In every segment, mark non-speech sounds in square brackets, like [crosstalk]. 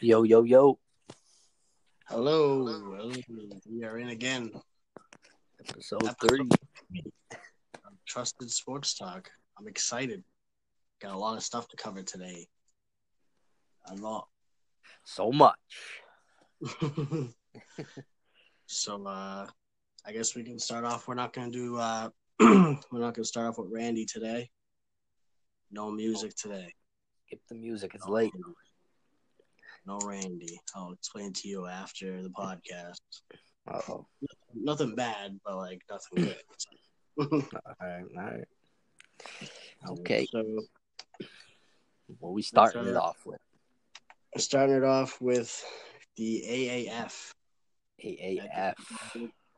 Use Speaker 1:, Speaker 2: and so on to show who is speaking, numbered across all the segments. Speaker 1: Yo, yo, yo.
Speaker 2: Hello. Hello. We are in again.
Speaker 1: Episode
Speaker 2: Episode
Speaker 1: 30.
Speaker 2: of Trusted Sports Talk. I'm excited. Got a lot of stuff to cover today.
Speaker 1: [laughs]
Speaker 2: A lot.
Speaker 1: So much.
Speaker 2: so uh I guess we can start off. We're not gonna do uh [clears throat] we're not gonna start off with Randy today. No music today.
Speaker 1: Skip the music. It's late.
Speaker 2: No Randy. I'll explain to you after the podcast.
Speaker 1: Uh oh.
Speaker 2: Nothing bad, but like nothing
Speaker 1: [clears throat]
Speaker 2: good.
Speaker 1: All right. All right. Okay.
Speaker 2: Um, So
Speaker 1: What we starting it
Speaker 2: uh,
Speaker 1: off with?
Speaker 2: starting it off with the AAF.
Speaker 1: AAF.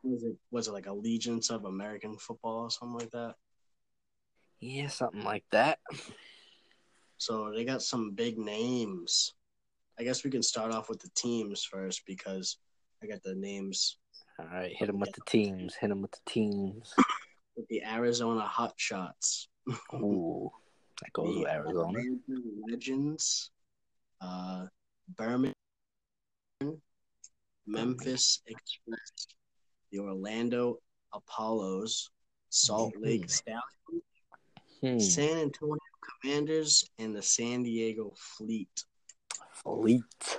Speaker 2: Was it was it like Allegiance of American Football or something like that?
Speaker 1: Yeah, something like that.
Speaker 2: So they got some big names. I guess we can start off with the teams first because I got the names
Speaker 1: All right. Hit them with the teams. Hit them with the teams.
Speaker 2: with the Arizona Hot Shots.
Speaker 1: Ooh. That goes with
Speaker 2: the
Speaker 1: Arizona.
Speaker 2: Atlanta Legends, uh, Birmingham, Memphis Express, the Orlando Apollos, Salt Lake Stallions,
Speaker 1: Hmm.
Speaker 2: San Antonio Commanders, and the San Diego Fleet.
Speaker 1: Elite.
Speaker 2: I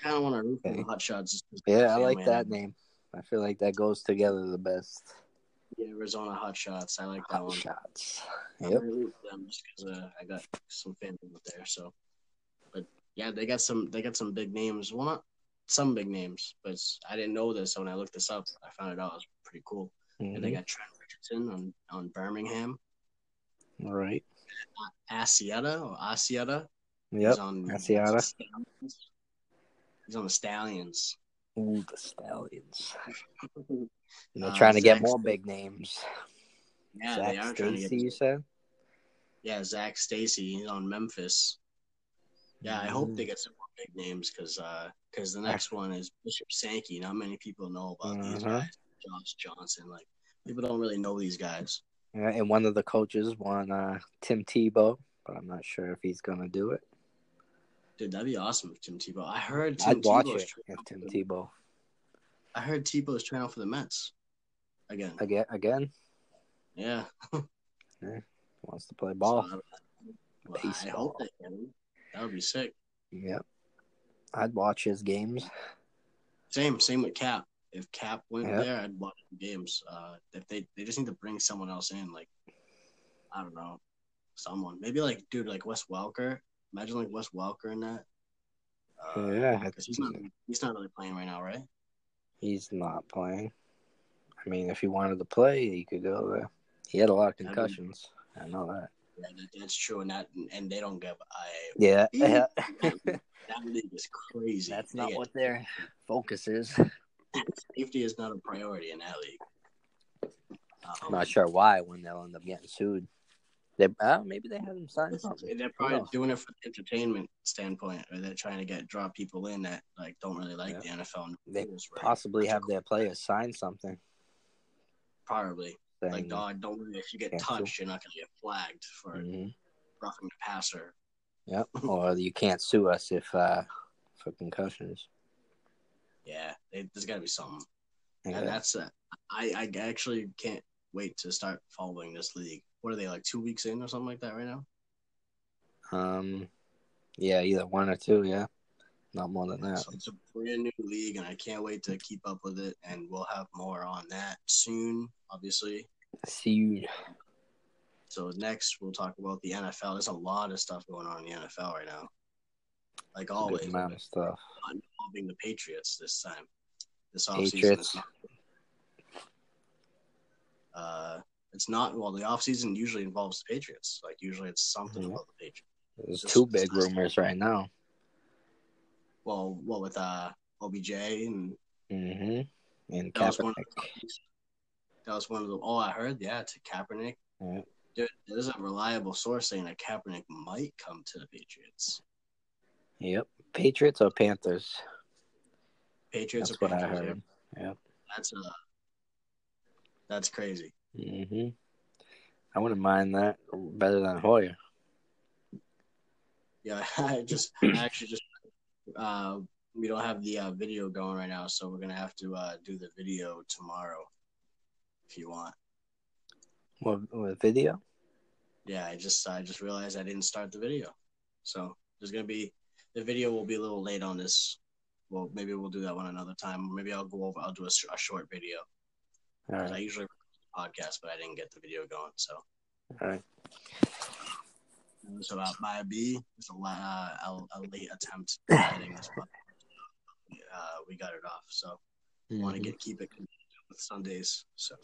Speaker 2: kind of want to root for
Speaker 1: Okay.
Speaker 2: the Hot Shots. just 'cause
Speaker 1: Yeah, I
Speaker 2: they're
Speaker 1: like
Speaker 2: family.
Speaker 1: that name. I feel like that goes together the best.
Speaker 2: The Arizona Hot Shots. I like that
Speaker 1: Hot
Speaker 2: one.
Speaker 1: shots.
Speaker 2: I'm
Speaker 1: Yep.
Speaker 2: gonna root for them just 'cause, uh, I got some fans up there. So, but yeah, they got some. They got some big names. Well, not some big names, but it's- I didn't know this. So when I looked this up, I found it out. It was pretty cool. And they
Speaker 1: Mhm.
Speaker 2: got Trent Richardson on on Birmingham.
Speaker 1: Mm-hmm. All right.
Speaker 2: Asiata or Asiata.
Speaker 1: Yep.
Speaker 2: He's on
Speaker 1: Asiata.
Speaker 2: Stallions. He's on
Speaker 1: [laughs]
Speaker 2: the Stallions.
Speaker 1: Ooh, the Stallions. And they're
Speaker 2: Uh,
Speaker 1: trying to get
Speaker 2: Zach
Speaker 1: more
Speaker 2: Sta-
Speaker 1: big names.
Speaker 2: yeah,
Speaker 1: Zach
Speaker 2: they are trying to
Speaker 1: Stacy,
Speaker 2: get.
Speaker 1: you said?
Speaker 2: Yeah, Zach Stacy. He's on Memphis. Yeah, I hope
Speaker 1: Mm.
Speaker 2: they get some more big names because the next one is Bishop Sankey. Not many people know about these
Speaker 1: Uh-huh.
Speaker 2: guys. Josh Johnson, like people don't really know these guys.
Speaker 1: Yeah, and one of the coaches won uh, Tim Tebow, but I'm not sure if he's gonna do it.
Speaker 2: Dude, that'd be awesome if Tim Tebow. I heard Tim
Speaker 1: I'd watch
Speaker 2: Tebow's
Speaker 1: it
Speaker 2: trying
Speaker 1: if
Speaker 2: out for
Speaker 1: Tim
Speaker 2: the-
Speaker 1: Tebow
Speaker 2: I heard Tebow's trying out for the Mets again.
Speaker 1: again again
Speaker 2: Yeah,
Speaker 1: wants to play ball.
Speaker 2: So, well, I hope
Speaker 1: Baseball.
Speaker 2: they get him. That would be sick.
Speaker 1: Yep, I'd watch his games.
Speaker 2: Same, same with Cap. If Cap went
Speaker 1: Yeah.
Speaker 2: there, I'd watch the games. Uh, if they they just need to bring someone else in, like I don't know, someone maybe like dude like Wes Welker. Imagine like Wes Welker in that. Uh,
Speaker 1: yeah, I
Speaker 2: 'cause he's not
Speaker 1: think
Speaker 2: he's not really playing right now, right?
Speaker 1: he's not playing. I mean, if he wanted to play, he could go there. He had a lot of
Speaker 2: mean-
Speaker 1: concussions. I know that.
Speaker 2: Yeah, that, that's true, and that and they don't give a
Speaker 1: Yeah, yeah. [laughs]
Speaker 2: that league is crazy.
Speaker 1: that's
Speaker 2: They
Speaker 1: not
Speaker 2: get-
Speaker 1: what their focus is.
Speaker 2: [laughs] Oh. safety is not a priority in that league. Um,
Speaker 1: I'm not sure why when they'll end up getting sued. They uh, maybe they had him sign something.
Speaker 2: They're
Speaker 1: Who
Speaker 2: probably
Speaker 1: knows?
Speaker 2: doing it from an entertainment standpoint, or they're trying to get draw people in that like don't really like
Speaker 1: Yeah.
Speaker 2: the NFL. and
Speaker 1: They
Speaker 2: rules, right?
Speaker 1: Possibly have their players sign something.
Speaker 2: probably like
Speaker 1: saying-
Speaker 2: dog. Don't worry if you get
Speaker 1: Cancel.
Speaker 2: touched, you're not gonna get flagged for
Speaker 1: Mhm.
Speaker 2: roughing the passer.
Speaker 1: Yep. or you can't sue us if uh for concussions.
Speaker 2: Yeah, they, there's gotta be something.
Speaker 1: Yeah.
Speaker 2: And that's uh, I I actually can't wait to start following this league. What are they like two weeks in or something like that right now?
Speaker 1: Um. Yeah, either one or two. Yeah, not more than that.
Speaker 2: So it's a brand new league, and I can't wait to keep up with it. And we'll have more on that soon, obviously.
Speaker 1: See you.
Speaker 2: So next, we'll talk about the NFL. There's a lot of stuff going on in the NFL right now, like always.
Speaker 1: Good amount of stuff.
Speaker 2: Involving the Patriots this time, this offseason.
Speaker 1: Patriots.
Speaker 2: It's not, uh, it's not well. The offseason usually involves the Patriots. Like usually, it's something
Speaker 1: Yeah.
Speaker 2: about the Patriots.
Speaker 1: There's
Speaker 2: This-
Speaker 1: two
Speaker 2: this
Speaker 1: big
Speaker 2: last-
Speaker 1: rumors right now.
Speaker 2: Well, what with uh, OBJ and
Speaker 1: Mm-hmm. And
Speaker 2: That was one of
Speaker 1: Kaepernick.
Speaker 2: the that was one of the. Oh, I heard. Yeah, to Kaepernick.
Speaker 1: Yeah.
Speaker 2: There, there's a reliable source saying that Kaepernick might come to the Patriots.
Speaker 1: Yep. Patriots or Panthers.
Speaker 2: Patriots
Speaker 1: That's
Speaker 2: or
Speaker 1: what I
Speaker 2: Patriots?
Speaker 1: heard.
Speaker 2: yeah. That's uh, that's crazy.
Speaker 1: hmm I wouldn't mind that better than Hoyer.
Speaker 2: Yeah, [laughs] I just I actually just uh, we don't have the uh, video going right now, so we're gonna have to uh, do the video tomorrow if you want.
Speaker 1: What, what video?
Speaker 2: Yeah, I just I just realized I didn't start the video, so there's gonna be the video will be a little late on this. Well, maybe we'll do that one another time. Maybe I'll go over. I'll do a, sh- a short video.
Speaker 1: All
Speaker 2: 'Cause I
Speaker 1: right.
Speaker 2: usually record the podcast, but I didn't get the video going. So
Speaker 1: All right.
Speaker 2: it's about my B. It's a, la- uh, a, a late
Speaker 1: [laughs]
Speaker 2: attempt at getting this, but uh, we got it off. So want to
Speaker 1: Mhm.
Speaker 2: get keep it consistent with Sundays. So,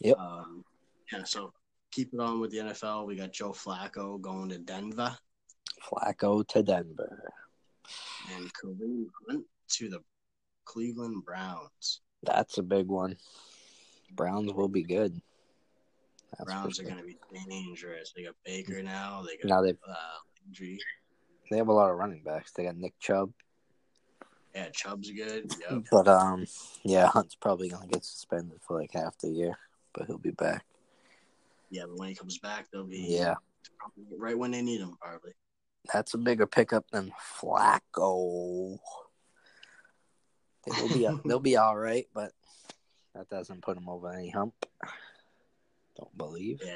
Speaker 1: Yep.
Speaker 2: Um, yeah. So keep it on with the NFL. We got Joe Flacco going to Denver
Speaker 1: Flacco to Denver.
Speaker 2: and Kareem Hunt to the Cleveland Browns.
Speaker 1: That's a big one. Browns will be good. That's Mm.
Speaker 2: Browns
Speaker 1: for
Speaker 2: are
Speaker 1: sure.
Speaker 2: going to be dangerous. They got Baker now. They got
Speaker 1: Now they
Speaker 2: uh, Landry.
Speaker 1: they have a lot of running backs. They got Nick Chubb,
Speaker 2: Yeah, Chubb's good. Yep.
Speaker 1: but um, yeah, Hunt's probably gonna get suspended for like half the year, but he'll be back.
Speaker 2: Yeah, but when he comes back, they'll be
Speaker 1: Yeah,
Speaker 2: probably right when they need him, probably.
Speaker 1: that's a bigger pickup than Flacco. They'll
Speaker 2: [laughs]
Speaker 1: be they'll be all right, but that doesn't put them over any hump. Don't believe.
Speaker 2: Yeah.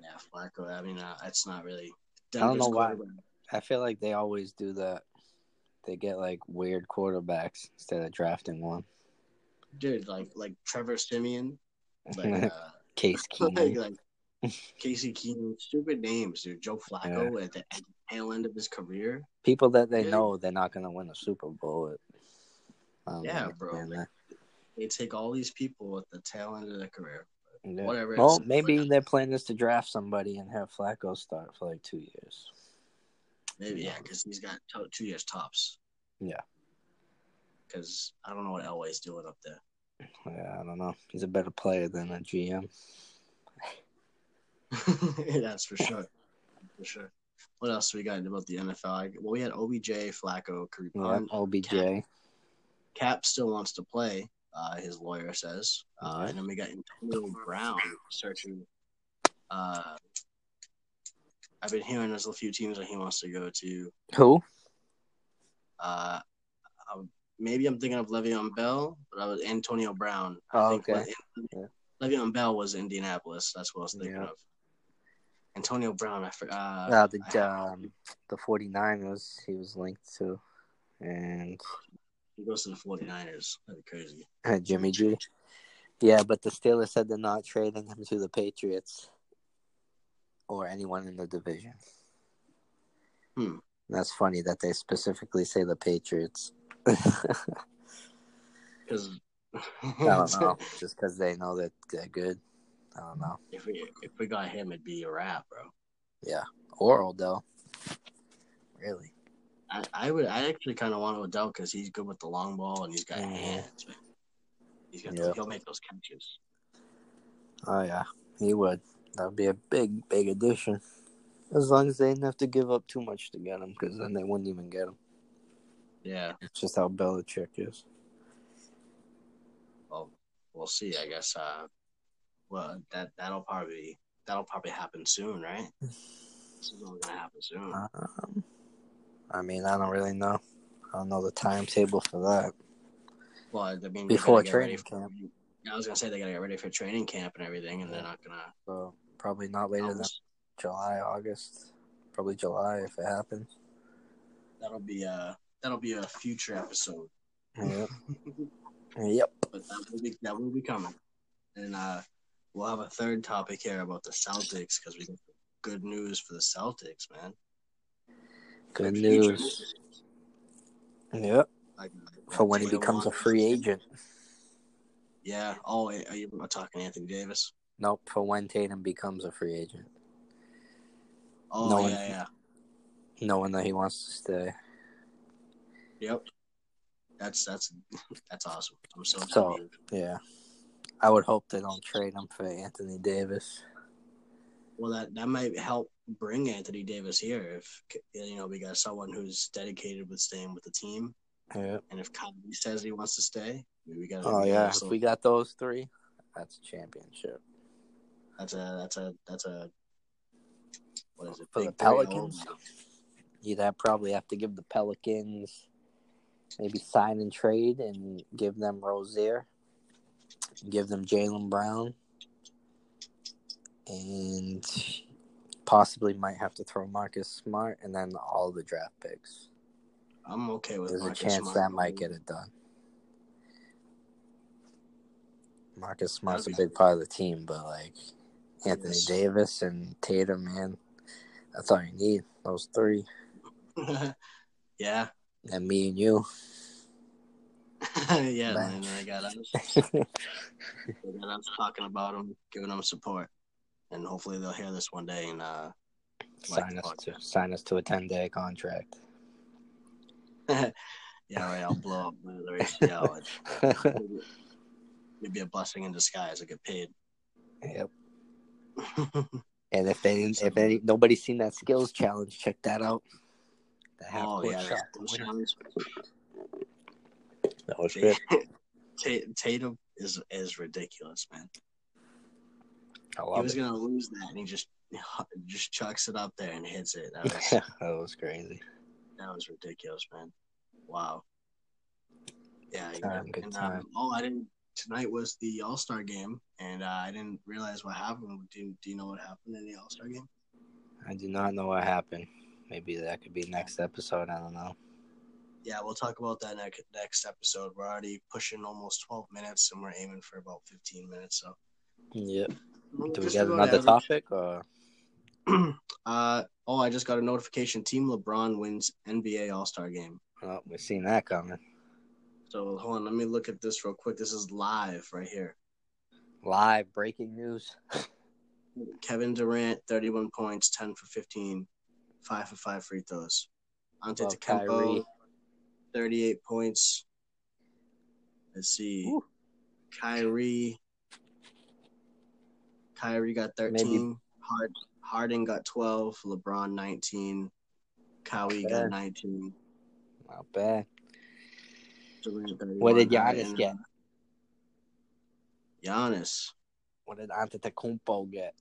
Speaker 2: Yeah, Flacco. I mean, uh, it's not really.
Speaker 1: don't know why.
Speaker 2: quarterback-
Speaker 1: I feel like they always do that. They get like weird quarterbacks instead of drafting one.
Speaker 2: dude, like like
Speaker 1: [laughs]
Speaker 2: Trevor Simeon, like uh, [laughs]
Speaker 1: Case
Speaker 2: like,
Speaker 1: Keenum.
Speaker 2: like Casey Keenum, stupid names, dude. Joe Flacco at the end- tail end of his career.
Speaker 1: People that they
Speaker 2: Yeah.
Speaker 1: know they're not gonna win a Super Bowl. I don't
Speaker 2: Yeah,
Speaker 1: know,
Speaker 2: bro.
Speaker 1: man, that-
Speaker 2: They take all these people at the tail end of their career.
Speaker 1: yeah.
Speaker 2: Whatever,
Speaker 1: Well,
Speaker 2: it's-
Speaker 1: maybe their plan is to draft somebody and have Flacco start for like two years.
Speaker 2: Maybe yeah, because he's got to- two years tops.
Speaker 1: Yeah.
Speaker 2: Because I don't know what Elway's doing up there.
Speaker 1: Yeah, I don't know. He's a better player than a GM.
Speaker 2: [laughs] That's for sure. For sure. What else we got about the NFL? I- Well, we had OBJ, Flacco, Kareem
Speaker 1: Yeah,
Speaker 2: Hunt.
Speaker 1: OBJ.
Speaker 2: Cap still wants to play, uh, his lawyer says. Uh,
Speaker 1: Alright.
Speaker 2: and then we got Antonio Brown searching. Uh, I've been hearing there's a few teams that he wants to go to.
Speaker 1: Who?
Speaker 2: Uh, um, maybe I'm thinking of Le'Veon Bell, but I was Antonio Brown.
Speaker 1: Oh,
Speaker 2: I think
Speaker 1: okay.
Speaker 2: Le-
Speaker 1: Yeah.
Speaker 2: Le'Veon Bell was Indianapolis. That's what I was thinking
Speaker 1: Yeah.
Speaker 2: of. Antonio Brown, I forgot. Uh,
Speaker 1: Uh, the um, the 49ers he was linked to. And
Speaker 2: he goes to the 49ers. That'd be crazy.
Speaker 1: Uh, [laughs] Jimmy G. Yeah, but the Steelers said they're not trading him to the Patriots or anyone in the division.
Speaker 2: Hmm.
Speaker 1: That's funny that they specifically say the Patriots. [laughs]
Speaker 2: Because Hmm.
Speaker 1: I
Speaker 2: [laughs]
Speaker 1: don't know, just because they know that they're good. I don't know.
Speaker 2: if we if we got him, it'd be a wrap, bro.
Speaker 1: Yeah, or Odell. Really?
Speaker 2: I, I would. I actually kind of want Odell because he's good with the long ball and he's got
Speaker 1: Mhm.
Speaker 2: hands. Man. He's got.
Speaker 1: Yeah.
Speaker 2: He'll make those catches.
Speaker 1: Oh yeah, he would. That would be a big, big addition. As long as they didn't have to give up too much to get him, because then they wouldn't even get him.
Speaker 2: Yeah.
Speaker 1: It's just how Belichick is.
Speaker 2: Well, we'll see. I guess. Uh, well, that that'll probably that'll probably happen soon,
Speaker 1: [laughs]
Speaker 2: right? This is all gonna happen soon.
Speaker 1: Um, I mean, I don't really know. I don't know the timetable for that.
Speaker 2: Well, I mean, they
Speaker 1: Before
Speaker 2: gotta get ready
Speaker 1: training
Speaker 2: for- I was gonna say they gotta get ready for training camp and everything, and they're not gonna.
Speaker 1: So probably not later than July, August. Probably July if it happens.
Speaker 2: that'll be a that'll be a future episode.
Speaker 1: Yep. [laughs] yep.
Speaker 2: but that will be that will be coming. And uh, we'll have a third topic here about the Celtics because we got good news for the Celtics, man.
Speaker 1: Good
Speaker 2: Future
Speaker 1: news. Yep.
Speaker 2: Like,
Speaker 1: For when he
Speaker 2: Tatum
Speaker 1: becomes a
Speaker 2: Watson.
Speaker 1: free agent.
Speaker 2: Yeah. Oh, wait, are you we're talking Anthony Davis?
Speaker 1: Nope. For when Tatum becomes a free agent.
Speaker 2: Oh
Speaker 1: No,
Speaker 2: yeah, yeah.
Speaker 1: Knowing that he wants to stay.
Speaker 2: Yep. That's that's [laughs] that's awesome. I'm so happy.
Speaker 1: So- Yeah. I would hope they don't trade him for Anthony Davis.
Speaker 2: well, that that might help bring Anthony Davis here if you know we got someone who's dedicated with staying with the team.
Speaker 1: Yeah.
Speaker 2: And if Kyrie says he wants to stay, we got.
Speaker 1: Oh yeah. If we got those three, that's a championship.
Speaker 2: that's a that's a that's a. What is it?
Speaker 1: For the
Speaker 2: Big three all
Speaker 1: Pelicans?
Speaker 2: over.
Speaker 1: You'd have, probably have to give the Pelicans maybe sign and trade and give them Rozier, give them Jalen Brown, and possibly might have to throw Marcus Smart and then all the draft picks.
Speaker 2: I'm okay with.
Speaker 1: There's
Speaker 2: Marcus
Speaker 1: a chance
Speaker 2: Smart
Speaker 1: that might get
Speaker 2: going.
Speaker 1: it done. Marcus Smart's a
Speaker 2: Okay.
Speaker 1: big part of the team, but like Anthony
Speaker 2: Yes.
Speaker 1: Davis and Tatum, man, that's all you need. Those three,
Speaker 2: [laughs] yeah.
Speaker 1: and me and you.
Speaker 2: yeah,
Speaker 1: Man.
Speaker 2: and then I
Speaker 1: [laughs]
Speaker 2: got us. And then I'm talking about them, giving them support, and hopefully they'll hear this one day. And uh,
Speaker 1: sign us to sign us to a ten day contract. [laughs]
Speaker 2: yeah, right, I'll blow up my other ACL.
Speaker 1: [laughs]
Speaker 2: It'd it'd be a blessing in disguise. I get paid. [laughs]
Speaker 1: yep. And if they didn't, if any, nobody's seen that skills challenge, check that out. The half
Speaker 2: oh
Speaker 1: court
Speaker 2: yeah,
Speaker 1: shot.
Speaker 2: that's challenge.
Speaker 1: That was
Speaker 2: Ta-
Speaker 1: good.
Speaker 2: [laughs] Tatum is is ridiculous, man.
Speaker 1: I
Speaker 2: he
Speaker 1: love
Speaker 2: was
Speaker 1: it.
Speaker 2: gonna lose that, and he just just chucks it up there and hits it. That
Speaker 1: [laughs]
Speaker 2: was
Speaker 1: that was crazy.
Speaker 2: that was ridiculous, man. Wow. Yeah. you
Speaker 1: Time,
Speaker 2: know,
Speaker 1: good
Speaker 2: and,
Speaker 1: time.
Speaker 2: Um, oh, I didn't. Tonight was the All Star game, and uh, I didn't realize what happened. Do, do you know what happened in the All Star game?
Speaker 1: I do not know what happened. Maybe that could be next episode. I don't know.
Speaker 2: Yeah, we'll talk about that next next episode. We're already pushing almost twelve minutes, and we're aiming for about fifteen minutes. So,
Speaker 1: Yep. Do we
Speaker 2: Just
Speaker 1: get
Speaker 2: about
Speaker 1: another
Speaker 2: average.
Speaker 1: topic or?
Speaker 2: [clears throat] uh, oh, I just got a notification. Team LeBron wins NBA All Star game.
Speaker 1: Oh, we've seen that coming.
Speaker 2: So hold on, let me look at this real quick. This is live right here.
Speaker 1: Live breaking news.
Speaker 2: Kevin Durant, 31 points, 10 for 15, 5 for 5 free throws. Ante
Speaker 1: Love
Speaker 2: Tecumpo,
Speaker 1: Kyrie.
Speaker 2: 38 points. Let's see.
Speaker 1: Woo.
Speaker 2: Kyrie. Kyrie got 13. Hard, Harden got 12. LeBron, 19. Kyrie
Speaker 1: Okay.
Speaker 2: got 19.
Speaker 1: Not bad.
Speaker 2: Durant, 31.
Speaker 1: What did
Speaker 2: All right,
Speaker 1: Giannis
Speaker 2: and,
Speaker 1: get?
Speaker 2: Giannis.
Speaker 1: What did Antetokounmpo get?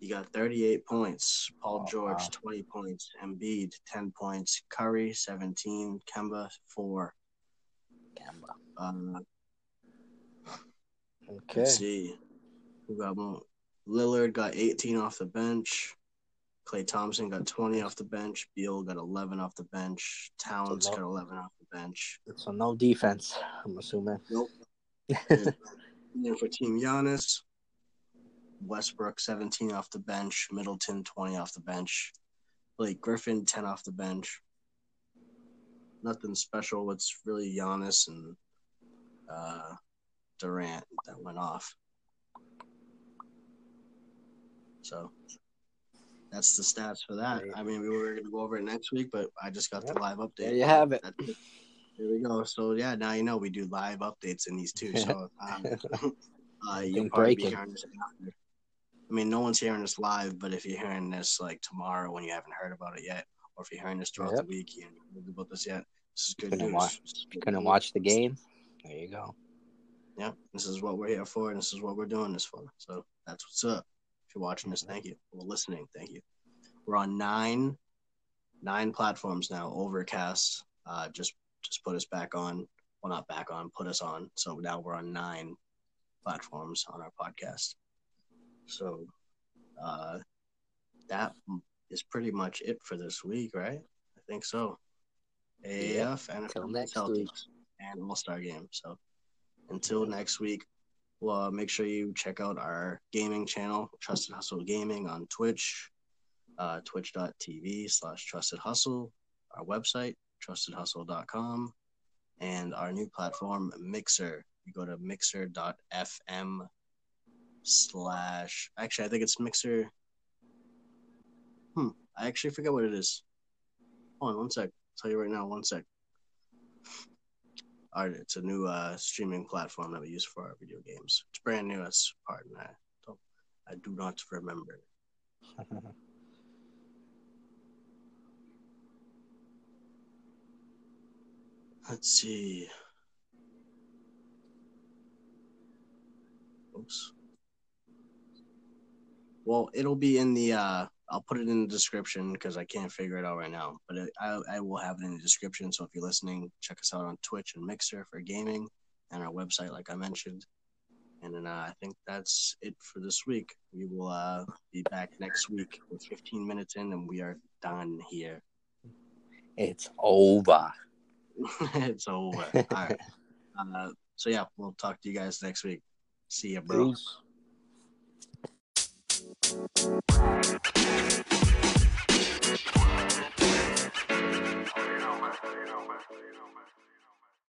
Speaker 2: You got 38 points. Paul
Speaker 1: Oh,
Speaker 2: George,
Speaker 1: wow.
Speaker 2: 20 points. Embiid, 10 points. Curry, 17. Kemba, 4.
Speaker 1: Kemba.
Speaker 2: Uh,
Speaker 1: Okay.
Speaker 2: Let's see. Who got more? Lillard got 18 off the bench. Clay Thompson got 20 off the bench. Beal got 11 off the bench. Towns
Speaker 1: So no-
Speaker 2: got 11 off the bench.
Speaker 1: So no defense. I'm assuming.
Speaker 2: Nope. and then for Team Giannis, Westbrook, 17 off the bench. Middleton, 20 off the bench. Blake Griffin, 10 off the bench. Nothing special. What's really Giannis and uh, Durant that went off. So that's the stats for that.
Speaker 1: Great.
Speaker 2: I mean, we were going to go over it next week, but I just got
Speaker 1: Yep.
Speaker 2: the live update.
Speaker 1: [laughs] There you have it.
Speaker 2: That's There we go. So, yeah, now you know we do live updates in these two.
Speaker 1: [laughs]
Speaker 2: So, um, uh, you'll
Speaker 1: Anything
Speaker 2: probably be
Speaker 1: breaking.
Speaker 2: hearing this after. I mean, no one's hearing this live, but if you're hearing this like tomorrow when you haven't heard about it yet, or if you're hearing this throughout
Speaker 1: Yep.
Speaker 2: the week, you haven't heard about this yet, this is good
Speaker 1: Couldn't
Speaker 2: news.
Speaker 1: watch-
Speaker 2: This is
Speaker 1: Couldn't
Speaker 2: good
Speaker 1: watch the game. There you go.
Speaker 2: yeah, this is what we're here for, and this is what we're doing this for. So that's what's up. If you're watching this, thank you. Or listening, thank you. We're on nine, nine platforms now. Overcast, uh, just just put us back on. Well, not back on, put us on. So now we're on nine platforms on our podcast. So uh, that is pretty much it for this week, right? I think so.
Speaker 1: Yeah.
Speaker 2: AAF, NFL,
Speaker 1: Till next
Speaker 2: Celtics,
Speaker 1: week.
Speaker 2: and All Star Game. So until next week, well, uh, make sure you check out our gaming channel, Trusted Hustle Gaming, on Twitch, uh, twitch.tv slash Trusted Hustle, our website, trustedhustle.com, and our new platform, Mixer. You go to mixer.fm slash, actually, I think it's Mixer. Hmm, I actually forget what it is. Hold on one sec. tell you right now, one sec. Our, it's a new uh, streaming platform that we use for our video games. It's brand new. That's pardon. I don't. I do not remember. Let's see. Oops. Well, it'll be in the. Uh, I'll put it in the description because I can't figure it out right now. But it, I, I will have it in the description. So if you're listening, check us out on Twitch and Mixer for gaming, and our website, like I mentioned. And then uh, I think that's it for this week. We will uh, be back next week with 15 minutes in, and we are done here.
Speaker 1: [laughs]
Speaker 2: [laughs]
Speaker 1: It's over.
Speaker 2: it's over. All
Speaker 1: [laughs]
Speaker 2: right. Uh, so yeah, we'll talk to you guys next week. See ya, bro.
Speaker 1: Peace.